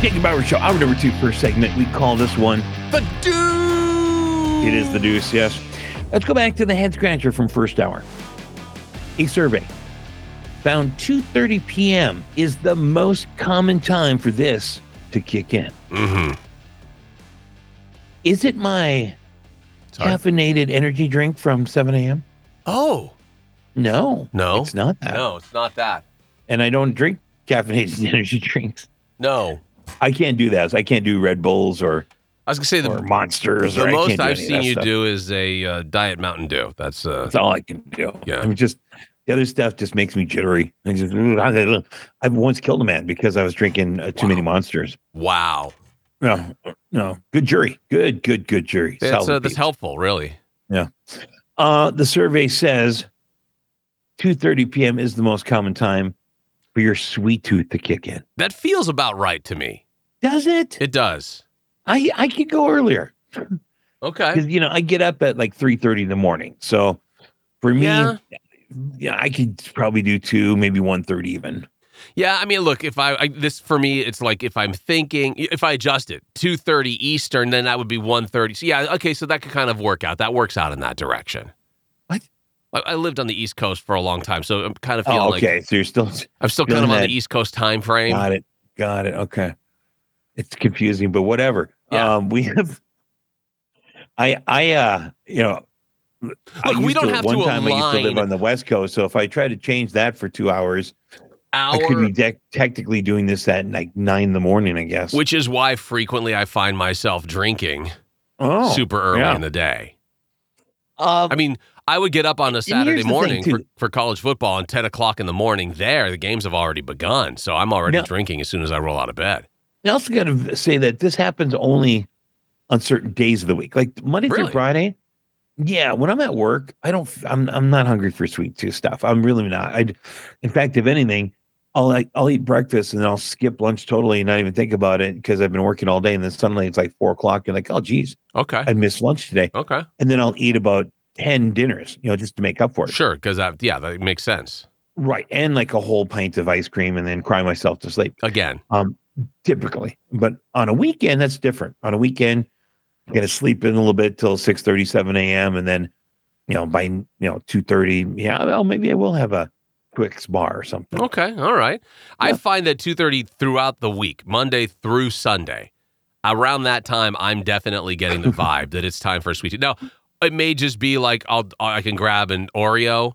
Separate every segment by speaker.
Speaker 1: Jacob Bauer Show, hour number two, first segment. We call this one The Deuce. It is The Deuce, yes. Let's go back to the head scratcher from first hour. A survey found 2.30 p.m. is the most common time for this to kick in.
Speaker 2: Mm-hmm.
Speaker 1: Is it my caffeinated energy drink from 7 a.m.?
Speaker 2: Oh
Speaker 1: No,
Speaker 2: no,
Speaker 1: it's not that.
Speaker 2: no, it's not that.
Speaker 1: And I don't drink caffeinated energy drinks.
Speaker 2: No,
Speaker 1: I can't do that. I can't do Red Bulls or,
Speaker 3: I was gonna say
Speaker 1: or
Speaker 3: the,
Speaker 1: Monsters. or
Speaker 3: the
Speaker 1: I can't
Speaker 3: most
Speaker 1: do any
Speaker 3: I've
Speaker 1: of
Speaker 3: seen
Speaker 1: that
Speaker 3: you
Speaker 1: stuff.
Speaker 3: do is a uh, diet Mountain Dew. That's uh,
Speaker 1: That's all I can do.
Speaker 3: Yeah.
Speaker 1: I'm just the other stuff just makes me jittery. I just I've once killed a man because I was drinking uh, too many monsters.
Speaker 3: wow.
Speaker 1: No, no, good jury, good, good, good jury.
Speaker 3: That's
Speaker 1: Solid
Speaker 3: uh, that's
Speaker 1: beat.
Speaker 3: helpful, really.
Speaker 1: Uh, the survey says 2:30 p.m. is the most common time for your sweet tooth to kick in.
Speaker 3: That feels about right to me.
Speaker 1: Does it?
Speaker 3: It does.
Speaker 1: I I could go earlier
Speaker 3: Okay.
Speaker 1: because you know I get up at like 3:30 in the morning. So for me,
Speaker 3: Yeah.
Speaker 1: yeah, I could probably do two, maybe 1:30 even.
Speaker 3: Yeah, I mean, look, if I, I this for me, it's like if I'm thinking, if I adjust it two thirty Eastern, then that would be one thirty. So yeah, okay, so that could kind of work out. That works out in that direction.
Speaker 1: What?
Speaker 3: I, I lived on the East Coast for a long time, so I'm kind of feeling
Speaker 1: Oh,
Speaker 3: like
Speaker 1: okay. so you're still
Speaker 3: I'm still
Speaker 1: Feeling
Speaker 3: kind of on
Speaker 1: that-
Speaker 3: the East Coast time frame.
Speaker 1: Got it. Got it. Okay. It's confusing, but whatever.
Speaker 3: Yeah.
Speaker 1: Um, we have. I I uh you know. I
Speaker 3: Look, we
Speaker 1: used
Speaker 3: don't have
Speaker 1: one
Speaker 3: to
Speaker 1: time I used to live
Speaker 3: align-
Speaker 1: on the West Coast, so if I try to change that for two hours, I could
Speaker 3: Our
Speaker 1: be de- technically doing this at like nine in the morning, I guess.
Speaker 3: which is why frequently I find myself drinking
Speaker 1: oh,
Speaker 3: super early
Speaker 1: yeah.
Speaker 3: in the day.
Speaker 1: Um,
Speaker 3: I mean, I would get up on a
Speaker 1: here's the
Speaker 3: Saturday
Speaker 1: thing,
Speaker 3: morning for,
Speaker 1: too.
Speaker 3: for college football and 10 o'clock in the morning. There, the games have already begun. So I'm already
Speaker 1: No.
Speaker 3: drinking as soon as I roll out of bed.
Speaker 1: I also got to say that this happens only on certain days of the week, like Monday
Speaker 3: Really?
Speaker 1: through Friday. Yeah, when I'm at work, I don't. f- I'm I'm not hungry for sweet tooth stuff. I'm really not. I, in fact, if anything, I'll like I'll eat breakfast and then I'll skip lunch totally and not even think about it because I've been working all day. And then suddenly it's like four o'clock. You're like, oh geez,
Speaker 3: Okay.
Speaker 1: I missed lunch today.
Speaker 3: Okay.
Speaker 1: And then I'll eat about ten dinners, you know, just to make up for it.
Speaker 3: Sure. Because that, yeah, that makes sense.
Speaker 1: Right, and like a whole pint of ice cream and then cry myself to sleep
Speaker 3: Again,
Speaker 1: um, typically. But on a weekend, that's different. On a weekend, you got to sleep in a little bit till 6 7 a.m. And then, you know, by, you know, two thirty. yeah, well, maybe I will have a Twix bar or something.
Speaker 3: okay, all right. I
Speaker 1: Yeah.
Speaker 3: find that two thirty throughout the week, Monday through Sunday, around that time, I'm definitely getting the vibe that it's time for a sweet tea. Now, it may just be like I'll I can grab an Oreo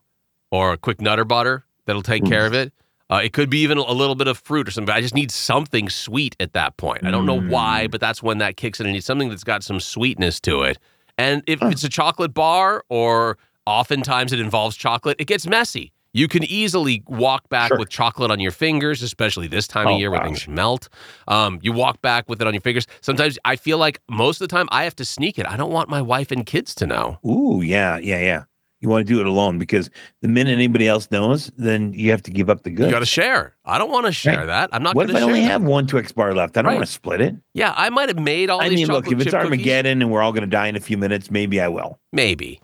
Speaker 3: or a quick Nutter Butter that'll take
Speaker 1: Mm.
Speaker 3: care of it. Uh, it could be even a little bit of fruit or something. I just need something sweet at that point. I don't know
Speaker 1: Mm.
Speaker 3: why, but that's when that kicks in. I need something that's got some sweetness to it. And if
Speaker 1: Huh.
Speaker 3: it's a chocolate bar or oftentimes it involves chocolate, it gets messy. You can easily walk back
Speaker 1: Sure.
Speaker 3: with chocolate on your fingers, especially this time of
Speaker 1: Oh,
Speaker 3: year where
Speaker 1: gosh.
Speaker 3: things melt. Um, you walk back with it on your fingers. Sometimes I feel like most of the time I have to sneak it. I don't want my wife and kids to know.
Speaker 1: Ooh, yeah, yeah, yeah. You want to do it alone because the minute anybody else knows, then you have to give up the
Speaker 3: You
Speaker 1: good.
Speaker 3: got to share. I don't want to share
Speaker 1: Right.
Speaker 3: that. I'm not
Speaker 1: What
Speaker 3: going
Speaker 1: if
Speaker 3: to
Speaker 1: I
Speaker 3: share.
Speaker 1: only
Speaker 3: that.
Speaker 1: have one Twix bar left? I don't
Speaker 3: Right.
Speaker 1: want to split it.
Speaker 3: yeah, I might have made all
Speaker 1: I
Speaker 3: these
Speaker 1: mean, look,
Speaker 3: chocolate
Speaker 1: if it's
Speaker 3: chip cookies.
Speaker 1: Armageddon and we're all going to die in a few minutes, maybe I will.
Speaker 3: Maybe.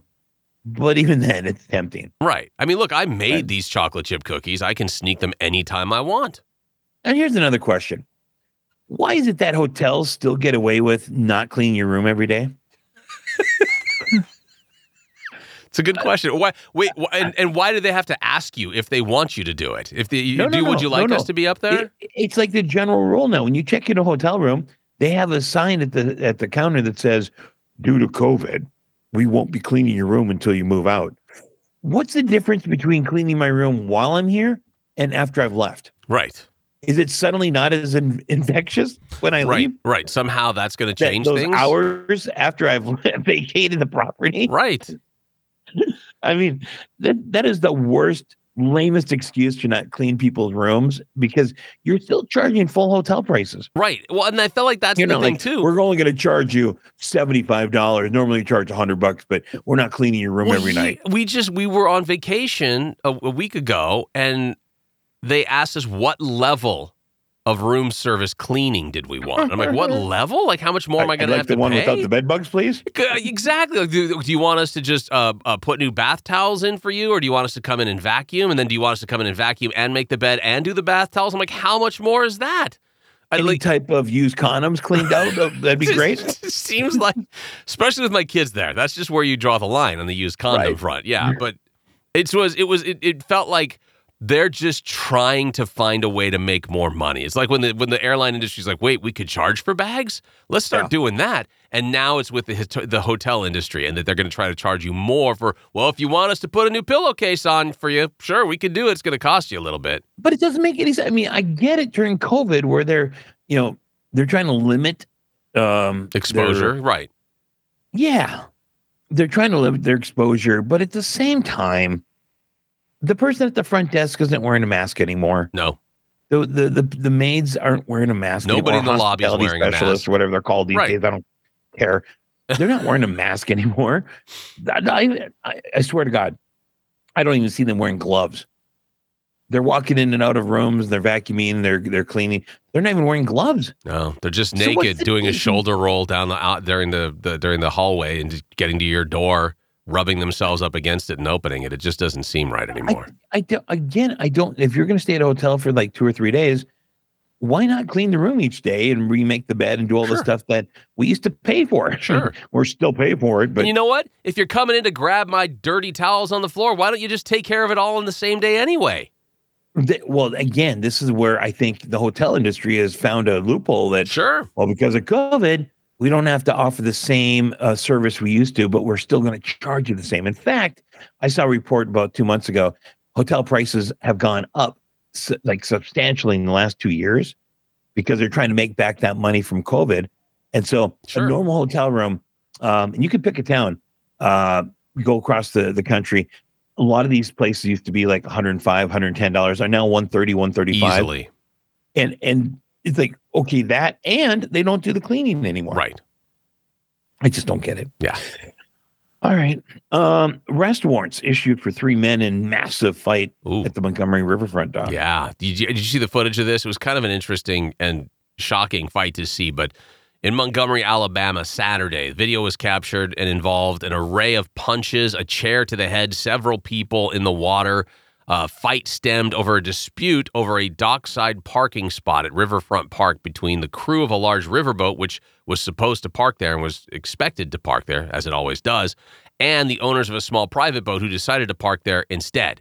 Speaker 1: But even then, it's tempting.
Speaker 3: Right. I mean, look, I made
Speaker 1: Right.
Speaker 3: these chocolate chip cookies. I can sneak them anytime I want.
Speaker 1: And here's another question. Why is it that hotels still get away with not cleaning your room every day?
Speaker 3: It's a good question. Why? Wait, wh- and, and why do they have to ask you if they want you to do it? If they, you
Speaker 1: No, no,
Speaker 3: do, would
Speaker 1: no,
Speaker 3: you
Speaker 1: no,
Speaker 3: like us
Speaker 1: no.
Speaker 3: to be up there?
Speaker 1: It- it's like the general rule now. When you check in a hotel room, they have a sign at the at the counter that says, "Due to COVID, we won't be cleaning your room until you move out." What's the difference between cleaning my room while I'm here and after I've left?
Speaker 3: right.
Speaker 1: Is it suddenly not as in- infectious when I
Speaker 3: Right.
Speaker 1: leave?
Speaker 3: Right. Somehow that's going to
Speaker 1: That
Speaker 3: change
Speaker 1: those
Speaker 3: things.
Speaker 1: hours after I've vacated the property.
Speaker 3: Right.
Speaker 1: I mean, that that is the worst, lamest excuse to not clean people's rooms because you're still charging full hotel prices.
Speaker 3: Right. Well, and I felt like that's
Speaker 1: you
Speaker 3: the
Speaker 1: know,
Speaker 3: thing
Speaker 1: like,
Speaker 3: too.
Speaker 1: we're only going to charge you seventy five dollars. Normally, you charge hundred bucks, but we're not cleaning your room
Speaker 3: Well,
Speaker 1: every
Speaker 3: yeah,
Speaker 1: night.
Speaker 3: We just we were on vacation a, a week ago, and they asked us what level of room service cleaning did we want. I'm like, what level? Like, how much more am I
Speaker 1: I'd
Speaker 3: going to
Speaker 1: like
Speaker 3: have
Speaker 1: the
Speaker 3: to
Speaker 1: one
Speaker 3: pay?
Speaker 1: without the bed bugs, please?
Speaker 3: G- uh, Exactly. Like, do, do you want us to just uh, uh, put new bath towels in for you, or do you want us to come in and vacuum? And then do you want us to come in and vacuum and make the bed and do the bath towels? I'm like, how much more is that? I'd
Speaker 1: Any
Speaker 3: like-
Speaker 1: type of used condoms cleaned out, that'd be great.
Speaker 3: Seems like, especially with my kids there, that's just where you draw the line on the used condom
Speaker 1: Right.
Speaker 3: front. Yeah,
Speaker 1: Yeah.
Speaker 3: but it was it was it, it felt like they're just trying to find a way to make more money. It's like when the when the airline industry's like, wait, we could charge for bags. Let's start
Speaker 1: Yeah.
Speaker 3: doing that. And now it's with the hot- the hotel industry, and that they're going to try to charge you more for. Well, if you want us to put a new pillowcase on for you, sure, we can do it. It's going to cost you a little bit.
Speaker 1: But it doesn't make any sense. I mean, I get it during COVID where they're, you know, they're trying to limit um their-
Speaker 3: Exposure, right?
Speaker 1: yeah. They're trying to limit their exposure, but at the same time, the person at the front desk isn't wearing a mask anymore.
Speaker 3: No,
Speaker 1: The the the, the maids aren't wearing a mask.
Speaker 3: Nobody
Speaker 1: anymore.
Speaker 3: in the lobby is
Speaker 1: Hospitality
Speaker 3: wearing a mask.
Speaker 1: specialists or whatever they're called these
Speaker 3: Right.
Speaker 1: days. I don't care. They're not wearing a mask anymore. I, I, I swear to God, I don't even see them wearing gloves. They're walking in and out of rooms. They're vacuuming. They're they're cleaning. They're not even wearing gloves.
Speaker 3: No, they're
Speaker 1: So
Speaker 3: just
Speaker 1: what's
Speaker 3: naked
Speaker 1: the
Speaker 3: doing a
Speaker 1: reason?
Speaker 3: shoulder roll down the out during the, the during the hallway and just getting to your door, rubbing themselves up against it and opening it. It just doesn't seem right anymore.
Speaker 1: I do, again, I don't. If you're going to stay at a hotel for like two or three days, why not clean the room each day and remake the bed and do all
Speaker 3: Sure.
Speaker 1: the stuff that we used to pay for?
Speaker 3: Sure.
Speaker 1: we're still paying for it, but
Speaker 3: and you know what? If you're coming in to grab my dirty towels on the floor, why don't you just take care of it all on the same day anyway?
Speaker 1: Th- well, again, this is where I think the hotel industry has found a loophole that,
Speaker 3: Sure.
Speaker 1: well, because of COVID, we don't have to offer the same uh, service we used to, but we're still going to charge you the same. In fact, I saw a report about two months ago. Hotel prices have gone up s- like substantially in the last two years because they're trying to make back that money from COVID. And so,
Speaker 3: Sure.
Speaker 1: a normal hotel room, um, and you could pick a town, uh, go across the, the country. A lot of these places used to be like 105, 110 dollars are now 130, 135
Speaker 3: Easily.
Speaker 1: and and it's like okay that and they don't do the cleaning anymore
Speaker 3: Right.
Speaker 1: i just don't get it
Speaker 3: Yeah.
Speaker 1: all right um arrest warrants issued for three men in massive fight
Speaker 3: Ooh.
Speaker 1: at the montgomery riverfront dock
Speaker 3: Yeah. Did you, did you see the footage of this? It was kind of an interesting and shocking fight to see, but in Montgomery, Alabama, Saturday, video was captured and involved an array of punches, a chair to the head, several people in the water. Uh, fight stemmed over a dispute over a dockside parking spot at Riverfront Park between the crew of a large riverboat, which was supposed to park there and was expected to park there, as it always does, and the owners of a small private boat who decided to park there instead.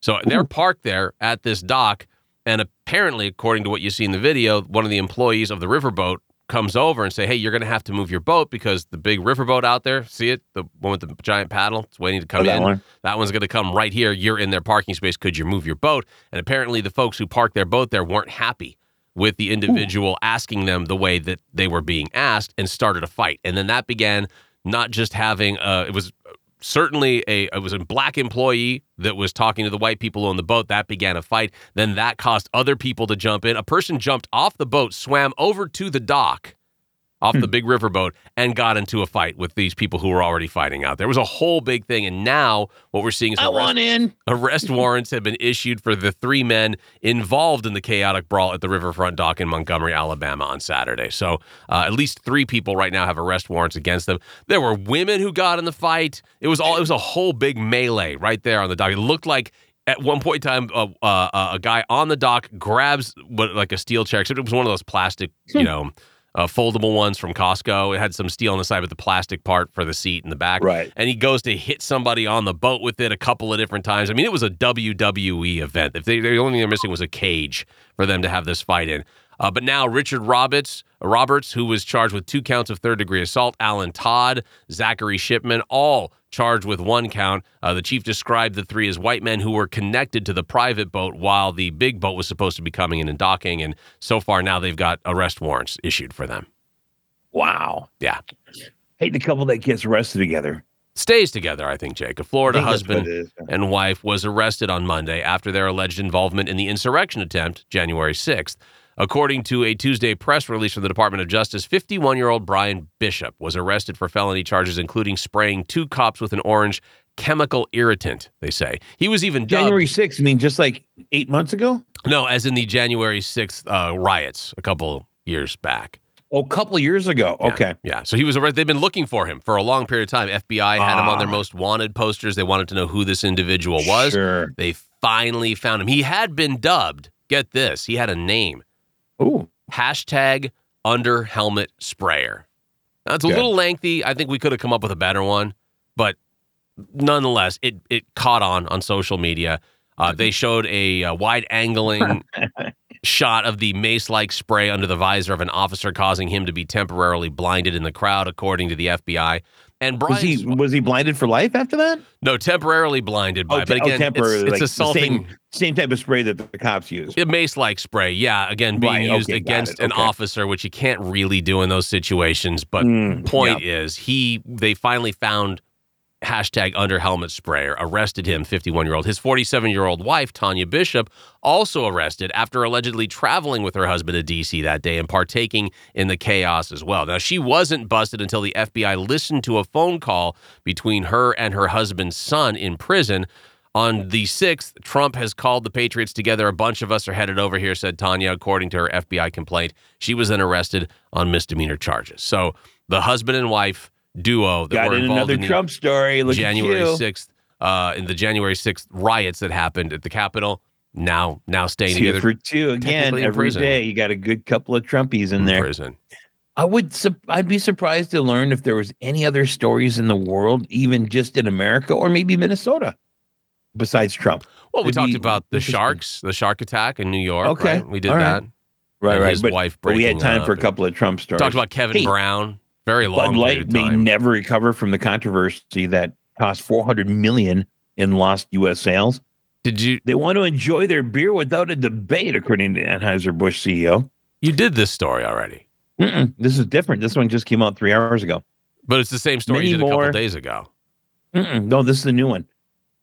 Speaker 3: So they're
Speaker 1: Ooh.
Speaker 3: parked there at this dock, and apparently, according to what you see in the video, one of the employees of the riverboat comes over and say, "Hey, you're going to have to move your boat because the big riverboat out there, see it, the one with the giant paddle, it's waiting to come
Speaker 1: Oh, that
Speaker 3: in.
Speaker 1: one.
Speaker 3: That one's going to come right here. You're in their parking space. Could you move your boat?" And apparently, the folks who parked their boat there weren't happy with the individual asking them the way that they were being asked and started a fight. And then that began not just having uh, it was certainly a it was a black employee that was talking to the white people on the boat that began a fight then that caused other people to jump in a person jumped off the boat swam over to the dock off the big river boat and got into a fight with these people who were already fighting out there was a whole big thing and now what we're seeing is
Speaker 1: i
Speaker 3: arrest-
Speaker 1: want in
Speaker 3: Arrest warrants have been issued for the three men involved in the chaotic brawl at the riverfront dock in Montgomery, Alabama on Saturday. So uh, at least three people right now have arrest warrants against them. There were women who got in the fight. It was all it was a whole big melee right there on the dock. It looked like at one point in time uh, uh, uh, a guy on the dock grabs what like a steel chair, except it was one of those plastic, you know. Uh, foldable ones from Costco. It had some steel on the side, but the plastic part for the seat in the back
Speaker 1: right
Speaker 3: and he goes to hit somebody on the boat with it a couple of different times. I mean, it was a WWE event. If they, the only thing they're missing was a cage for them to have this fight in. Uh, but now Richard Roberts, Roberts, who was charged with two counts of third degree assault, Alan Todd, Zachary Shipman, all charged with one count. Uh, the chief described the three as white men who were connected to the private boat while the big boat was supposed to be coming in and docking. And so far, now they've got arrest warrants issued for them.
Speaker 1: wow
Speaker 3: Yeah.
Speaker 1: hate the couple that gets arrested together
Speaker 3: Stays together, I think, Jake. A Florida
Speaker 1: I think that's what
Speaker 3: husband
Speaker 1: it is.
Speaker 3: and wife was arrested on Monday after their alleged involvement in the insurrection attempt January 6th. According to a Tuesday press release from the Department of Justice, 51 year old Brian Bishop was arrested for felony charges, including spraying two cops with an orange chemical irritant, they say. He was even dubbed,
Speaker 1: january 6th i mean just like eight months ago
Speaker 3: no, as in the January 6th uh, riots a couple years back.
Speaker 1: oh a couple years ago
Speaker 3: Yeah,
Speaker 1: okay
Speaker 3: Yeah. So he was arrested. They've been looking for him for a long period of time. FBI had him on their
Speaker 1: Ah.
Speaker 3: most wanted posters. They wanted to know who this individual was.
Speaker 1: sure
Speaker 3: They finally found him. He had been dubbed. Get this. He had a name.
Speaker 1: oh
Speaker 3: hashtag under helmet sprayer. Now, it's a
Speaker 1: Okay.
Speaker 3: little lengthy. I think we could have come up with a better one, but nonetheless, it it caught on on social media. Uh, they showed a uh, wide angling shot of the mace like spray under the visor of an officer, causing him to be temporarily blinded in the crowd, according to the FBI. And Brian,
Speaker 1: Was he was he blinded for life after that?
Speaker 3: no, temporarily blinded by,
Speaker 1: Oh,
Speaker 3: but
Speaker 1: te- oh,
Speaker 3: again, it's,
Speaker 1: temporarily,
Speaker 3: it's
Speaker 1: like the
Speaker 3: assaulting
Speaker 1: Same, same type of spray that the cops use.
Speaker 3: a mace-like spray. Yeah, again, being
Speaker 1: Right,
Speaker 3: used
Speaker 1: okay, got
Speaker 3: against
Speaker 1: it,
Speaker 3: an
Speaker 1: okay.
Speaker 3: officer, which you can't really do in those situations. But
Speaker 1: Mm,
Speaker 3: point is, he they finally found hashtag under helmet sprayer, arrested him, 51 year old. His 47 year old wife, Tanya Bishop, also arrested after allegedly traveling with her husband to DC that day and partaking in the chaos as well. Now, she wasn't busted until the FBI listened to a phone call between her and her husband's son in prison. On the 6th, Trump has called the Patriots together. A bunch of us are headed over here, said Tanya, according to her FBI complaint. She was then arrested on misdemeanor charges. So the husband and wife duo that
Speaker 1: Got
Speaker 3: were
Speaker 1: in
Speaker 3: involved
Speaker 1: another
Speaker 3: in the
Speaker 1: Trump story. Look
Speaker 3: January
Speaker 1: at you.
Speaker 3: 6th, uh, in the January 6th riots that happened at the Capitol, now now staying
Speaker 1: Two
Speaker 3: together
Speaker 1: for two again
Speaker 3: technically in
Speaker 1: every
Speaker 3: prison.
Speaker 1: day. You got a good couple of Trumpies in
Speaker 3: in
Speaker 1: there.
Speaker 3: prison.
Speaker 1: I would. Su- I'd be surprised to learn if there was any other stories in the world, even just in America or maybe Minnesota, besides Trump.
Speaker 3: Well, we
Speaker 1: It'd
Speaker 3: talked
Speaker 1: be
Speaker 3: about the
Speaker 1: interesting.
Speaker 3: sharks, the shark attack in New York.
Speaker 1: Okay.
Speaker 3: right? we did
Speaker 1: All right.
Speaker 3: that.
Speaker 1: Right,
Speaker 3: and
Speaker 1: right.
Speaker 3: His
Speaker 1: But,
Speaker 3: wife
Speaker 1: but we had
Speaker 3: breaking
Speaker 1: time
Speaker 3: up
Speaker 1: for a
Speaker 3: and-
Speaker 1: couple of Trump stories.
Speaker 3: Talked about Kevin
Speaker 1: Hey,
Speaker 3: Brown. Very long
Speaker 1: Bud
Speaker 3: period
Speaker 1: Light
Speaker 3: of
Speaker 1: may
Speaker 3: time.
Speaker 1: never recover from the controversy that cost 400 million in lost U.S. sales.
Speaker 3: Did you?
Speaker 1: They want to enjoy their beer without a debate, according to E Anheuser Busch CEO.
Speaker 3: You did this story already,
Speaker 1: Mm-mm, this is different. This one just came out three hours ago.
Speaker 3: but it's the same story
Speaker 1: Many
Speaker 3: you did a couple
Speaker 1: more.
Speaker 3: days ago.
Speaker 1: Mm-mm, no, this is the new one.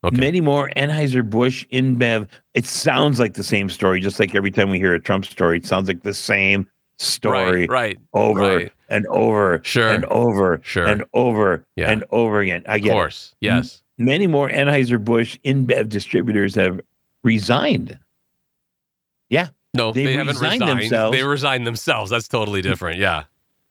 Speaker 3: Okay.
Speaker 1: Many more Anheuser Busch, InBev. It sounds like the same story. Just like every time we hear a Trump story, it sounds like the same story
Speaker 3: Right. Right.
Speaker 1: over
Speaker 3: right.
Speaker 1: and over
Speaker 3: Sure.
Speaker 1: and over
Speaker 3: sure.
Speaker 1: and over
Speaker 3: Yeah.
Speaker 1: and over again. I
Speaker 3: of
Speaker 1: get it. Mm-hmm.
Speaker 3: course. Yes.
Speaker 1: many more Anheuser-Busch InBev distributors have resigned.
Speaker 3: No, they,
Speaker 1: They
Speaker 3: haven't
Speaker 1: resigned
Speaker 3: resigned.
Speaker 1: themselves. Mm-hmm.
Speaker 3: They resigned themselves. That's totally different. Yeah.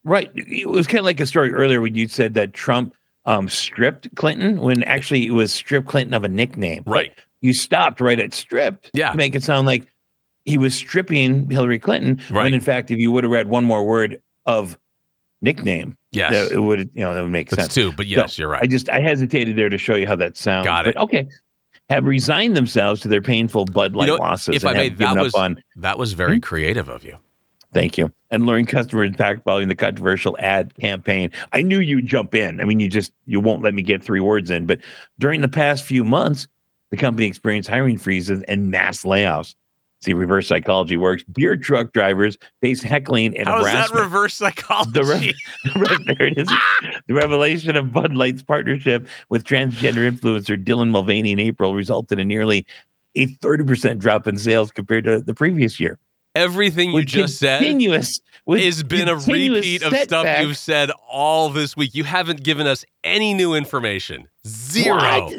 Speaker 1: Right. It was kind of like a story earlier when you said that Trump um, stripped Clinton when actually it was stripped Clinton of a nickname. But
Speaker 3: Right.
Speaker 1: You stopped right at stripped
Speaker 3: Yeah.
Speaker 1: to make it sound like he was stripping Hillary Clinton.
Speaker 3: Right.
Speaker 1: When in fact, if you would have read one more word of nickname,
Speaker 3: Yes.
Speaker 1: that it would you know that would make
Speaker 3: That's
Speaker 1: sense.
Speaker 3: two, but yes, you're
Speaker 1: I
Speaker 3: right.
Speaker 1: just I hesitated there to show you how that sounds.
Speaker 3: Got it.
Speaker 1: But okay. Have resigned themselves to their painful Bud Light
Speaker 3: know,
Speaker 1: losses
Speaker 3: if
Speaker 1: and
Speaker 3: I may,
Speaker 1: have given
Speaker 3: that
Speaker 1: up
Speaker 3: was-
Speaker 1: on
Speaker 3: That was very
Speaker 1: Mm-hmm.
Speaker 3: creative of you.
Speaker 1: Thank you. And luring customer impact following the controversial ad campaign. I knew you'd jump in. I mean, you just you won't let me get three words in. But during the past few months, the company experienced hiring freezes and mass layoffs. See, reverse psychology works. Beer truck drivers face heckling and
Speaker 3: How is that
Speaker 1: harassment.
Speaker 3: reverse psychology?
Speaker 1: The re- there it is. The revelation of Bud Light's partnership with transgender influencer Dylan Mulvaney in April resulted in nearly a 30% drop in sales compared to the previous year
Speaker 3: Everything you
Speaker 1: with
Speaker 3: just said
Speaker 1: continuous, with
Speaker 3: has been a
Speaker 1: continuous
Speaker 3: repeat of stuff
Speaker 1: setbacks.
Speaker 3: you've said all this week. You haven't given us any new information. Zero.
Speaker 1: What?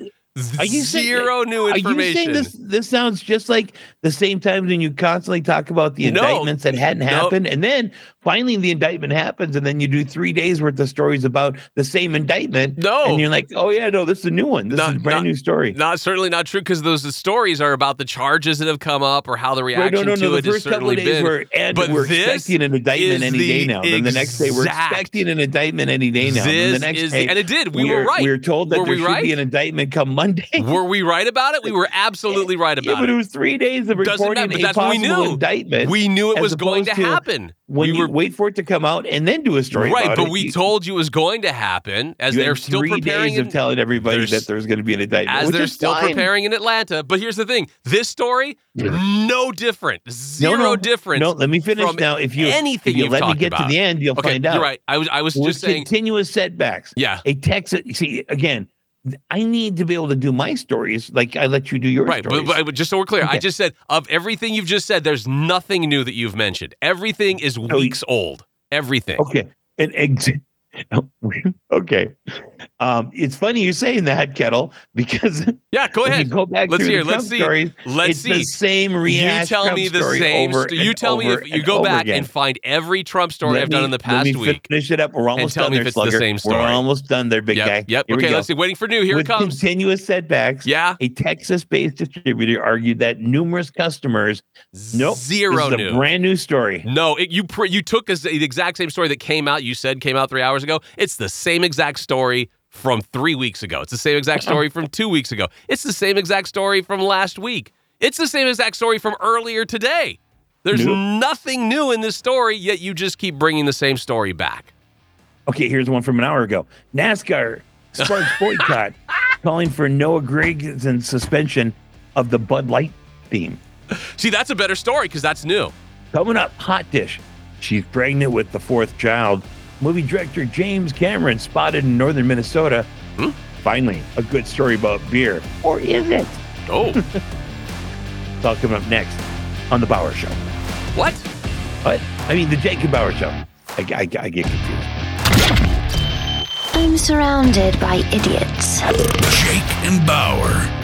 Speaker 1: Are you saying-
Speaker 3: Zero new
Speaker 1: Are you
Speaker 3: information.
Speaker 1: saying this? This sounds just like the same times when you constantly talk about the
Speaker 3: No.
Speaker 1: indictments that hadn't
Speaker 3: No.
Speaker 1: happened, and then finally the indictment happens, and then you do three days worth of stories about the same indictment,
Speaker 3: no.
Speaker 1: and you're like, "Oh yeah, no, this is a new one. This
Speaker 3: No,
Speaker 1: is a brand
Speaker 3: no,
Speaker 1: new story."
Speaker 3: not certainly not true because those the stories are about the charges that have come up or how the
Speaker 1: Well,
Speaker 3: reaction
Speaker 1: no, no, no.
Speaker 3: to
Speaker 1: The
Speaker 3: it has
Speaker 1: first couple
Speaker 3: certainly
Speaker 1: of days
Speaker 3: been.
Speaker 1: we're, and
Speaker 3: But
Speaker 1: we're
Speaker 3: this
Speaker 1: expecting an indictment
Speaker 3: is
Speaker 1: any
Speaker 3: the
Speaker 1: day now. Then the next day we're
Speaker 3: exact-
Speaker 1: expecting an indictment any day now. Then the
Speaker 3: this
Speaker 1: next
Speaker 3: is,
Speaker 1: day
Speaker 3: and it did. We were
Speaker 1: we're-
Speaker 3: right.
Speaker 1: We're told that
Speaker 3: Were
Speaker 1: there
Speaker 3: we
Speaker 1: should be
Speaker 3: right?
Speaker 1: an indictment come Monday.
Speaker 3: were we right about it? We were absolutely right
Speaker 1: Yeah,
Speaker 3: about
Speaker 1: but
Speaker 3: it.
Speaker 1: it was three days of
Speaker 3: Doesn't
Speaker 1: reporting
Speaker 3: matter, but
Speaker 1: a
Speaker 3: that's what we
Speaker 1: possible
Speaker 3: knew.
Speaker 1: indictment.
Speaker 3: We knew it
Speaker 1: as
Speaker 3: was going to
Speaker 1: opposed to
Speaker 3: happen.
Speaker 1: when
Speaker 3: we
Speaker 1: you
Speaker 3: were-
Speaker 1: wait for it to come out and then do a story,
Speaker 3: right,
Speaker 1: about
Speaker 3: but
Speaker 1: it,
Speaker 3: we
Speaker 1: you-
Speaker 3: told you it was going to happen as
Speaker 1: you
Speaker 3: they're
Speaker 1: had
Speaker 3: still
Speaker 1: three
Speaker 3: preparing
Speaker 1: days of
Speaker 3: in-
Speaker 1: telling everybody
Speaker 3: There's-
Speaker 1: that there's going to be an indictment.
Speaker 3: as
Speaker 1: which
Speaker 3: they're
Speaker 1: is
Speaker 3: still
Speaker 1: fine.
Speaker 3: preparing in Atlanta. But here's the thing: this story, no different, zero
Speaker 1: no,
Speaker 3: difference.
Speaker 1: No, let me finish
Speaker 3: from
Speaker 1: now. If you
Speaker 3: anything
Speaker 1: if you
Speaker 3: you've
Speaker 1: let me
Speaker 3: talked
Speaker 1: get
Speaker 3: about.
Speaker 1: to the end, you'll
Speaker 3: okay,
Speaker 1: find out.
Speaker 3: you're right. I was, I was
Speaker 1: With
Speaker 3: just saying,
Speaker 1: continuous setbacks.
Speaker 3: yeah,
Speaker 1: A Texas. See again. I need to be able to do my stories like I let you do your
Speaker 3: right.
Speaker 1: stories.
Speaker 3: But, but- but just so we're clear, I
Speaker 1: Okay.
Speaker 3: just said of everything you've just said, there's nothing new that you've mentioned. Everything is
Speaker 1: you-
Speaker 3: weeks old. Everything.
Speaker 1: Okay. And ex- okay. Um, it's funny you saying that, Kettle, because
Speaker 3: Yeah, go
Speaker 1: when you
Speaker 3: ahead.
Speaker 1: go back
Speaker 3: Let's
Speaker 1: through
Speaker 3: hear.
Speaker 1: the
Speaker 3: Let's
Speaker 1: Trump
Speaker 3: see.
Speaker 1: stories,
Speaker 3: Let's
Speaker 1: it's the
Speaker 3: see.
Speaker 1: same
Speaker 3: You
Speaker 1: react.
Speaker 3: tell
Speaker 1: Trump
Speaker 3: me the
Speaker 1: story
Speaker 3: same.
Speaker 1: over
Speaker 3: sto-
Speaker 1: and
Speaker 3: You tell me
Speaker 1: over
Speaker 3: if you
Speaker 1: and
Speaker 3: go
Speaker 1: over
Speaker 3: back
Speaker 1: again.
Speaker 3: and find every Trump story
Speaker 1: Let
Speaker 3: I've done
Speaker 1: me-
Speaker 3: in the past
Speaker 1: let me
Speaker 3: week.
Speaker 1: Finish it up. We're almost
Speaker 3: tell
Speaker 1: done
Speaker 3: me
Speaker 1: there,
Speaker 3: if it's the
Speaker 1: Slugger.
Speaker 3: same story.
Speaker 1: We're almost done there, big
Speaker 3: Yep.
Speaker 1: guy.
Speaker 3: Yep.
Speaker 1: Here we
Speaker 3: okay.
Speaker 1: go.
Speaker 3: Let's see. Waiting for new. Here
Speaker 1: With
Speaker 3: it comes.
Speaker 1: continuous setbacks.
Speaker 3: Yeah.
Speaker 1: A Texas-based distributor argued that numerous customers. Nope.
Speaker 3: Zero
Speaker 1: this is
Speaker 3: new.
Speaker 1: a brand new story.
Speaker 3: No, it, you pr- you took this, the exact same story that came out. You said came out three hours ago. It's the same exact story from three weeks ago. It's the same exact story from two weeks ago. It's the same exact story from last week. It's the same exact story from earlier today. There's nothing new in this story, yet you just keep bringing the same story back.
Speaker 1: Okay, here's one from an hour ago. NASCAR sparks boycott, calling for Noah Gregson suspension of the Bud Light theme.
Speaker 3: See, that's a better story because that's new.
Speaker 1: Coming up, hot dish. She's pregnant with the fourth child. Movie director James Cameron spotted in northern Minnesota.
Speaker 3: Hmm?
Speaker 1: Finally, a good story about beer. Or is it?
Speaker 3: Oh,
Speaker 1: It's all coming up next on The Bauer Show.
Speaker 3: what?
Speaker 1: But, I mean, The Jacob Bauer Show. I, I, I get confused.
Speaker 2: I'm surrounded by idiots.
Speaker 4: Jake and Bauer.